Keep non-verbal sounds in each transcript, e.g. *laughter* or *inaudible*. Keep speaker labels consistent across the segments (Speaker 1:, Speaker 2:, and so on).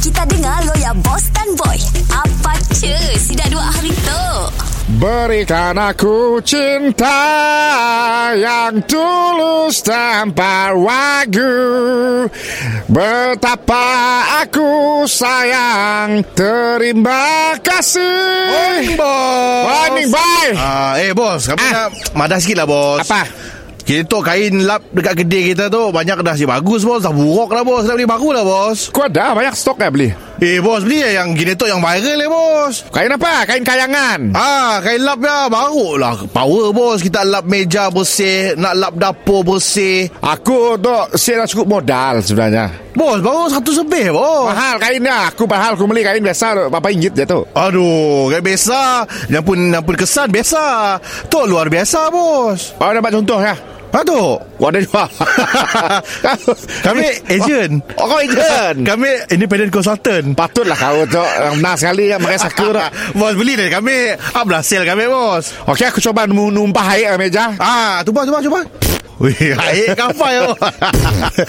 Speaker 1: Kita dengar lo ya Boss dan Boy Apa cu Sudah dua hari tu
Speaker 2: Berikan aku cinta yang tulus tanpa ragu Betapa aku sayang terima kasih
Speaker 3: Bos.
Speaker 2: Morning bye
Speaker 3: Eh, Ah, eh bos, kami
Speaker 2: Ah.
Speaker 3: nak madah sikit lah bos.
Speaker 2: Apa?
Speaker 3: Kita tu kain lap dekat kedai kita tu banyak dah si bagus bos. Dah buruk lah bos. Nak beli baru lah bos.
Speaker 2: Kau ada banyak stok ya beli?
Speaker 3: Eh bos, beli lah yang gini tu yang viral eh bos.
Speaker 2: Kain apa? Kain kayangan
Speaker 3: Ah, kain lap ya baru lah power bos. Kita lap meja bersih, nak lap dapur bersih.
Speaker 2: Aku tu saya dah cukup modal sebenarnya
Speaker 3: Bos, baru satu sebeh bos.
Speaker 2: Mahal kainnya Aku mahal Aku beli kain biasa Berapa ringgit je tu
Speaker 3: Aduh, kayak biasa. Yang pun yang pun kesan biasa. Tu luar biasa bos.
Speaker 2: Oh dapat contoh ya
Speaker 3: Ha tu.
Speaker 2: Kau ada jual
Speaker 3: *laughs* Kami agent.
Speaker 2: Oh kau agent
Speaker 3: Kami independent consultant.
Speaker 2: Patutlah kau tu Yang benar sekali Yang pakai saka tu
Speaker 3: *laughs* bos beli dari kami. Ah, berhasil kami bos.
Speaker 2: Okey aku cuba nu- numpah air ke meja
Speaker 3: Ah, tu bos, tu bos, tu bos. Wih, *laughs* air kapal yo. *laughs*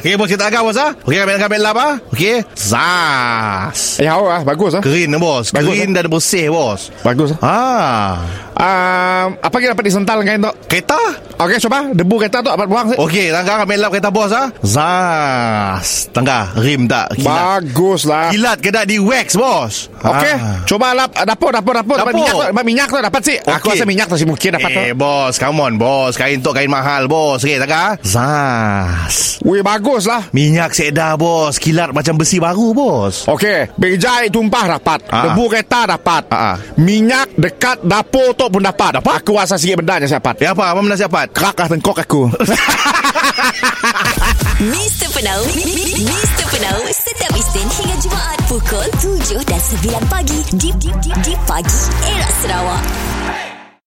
Speaker 3: Okey bos kita agak bos ah. Okey kami kami lap ah. Okey. Zas.
Speaker 2: Ya awak lah Bagus lah
Speaker 3: Green eh, bos.
Speaker 2: Bagus,
Speaker 3: Green dan bersih bos.
Speaker 2: Bagus lah
Speaker 3: Ah.
Speaker 2: um, Apa kita dapat disental kain tu
Speaker 3: Kereta?
Speaker 2: Okey cuba Debu kereta tu dapat buang oh,
Speaker 3: Okey, tangga kami lap kereta bos ah. Zas. Tangga rim tak kilat.
Speaker 2: Bagus lah
Speaker 3: Kilat ke tak di wax bos.
Speaker 2: Okey
Speaker 3: Ah.
Speaker 2: Cuba lap Dapur dapur dapur Dapat
Speaker 3: Dapur.
Speaker 2: minyak tu Dapat minyak tu dapat sih Aku
Speaker 3: Okey.
Speaker 2: rasa minyak tu sih mungkin dapat tu
Speaker 3: Eh bos Come on bos Kain tu kain mahal bos Okay tak ah? Zas
Speaker 2: Wih bagus lah
Speaker 3: Minyak sedah bos Kilat macam besi baru bos
Speaker 2: Okey, bejai tumpah dapat,
Speaker 3: Ah.
Speaker 2: debu kereta dapat,
Speaker 3: Ah.
Speaker 2: minyak dekat dapur tu pun dapat. dapat? Aku rasa sikit benda je dapat.
Speaker 3: Eh apa Apa menasihat
Speaker 2: Kerak lah tengkok aku.
Speaker 1: Mr. Penau mi- mi- Mr. Penau Setiap Isnin hingga Jumaat Pukul 7 dan 9 pagi Di, di, di, di pagi Era Sarawak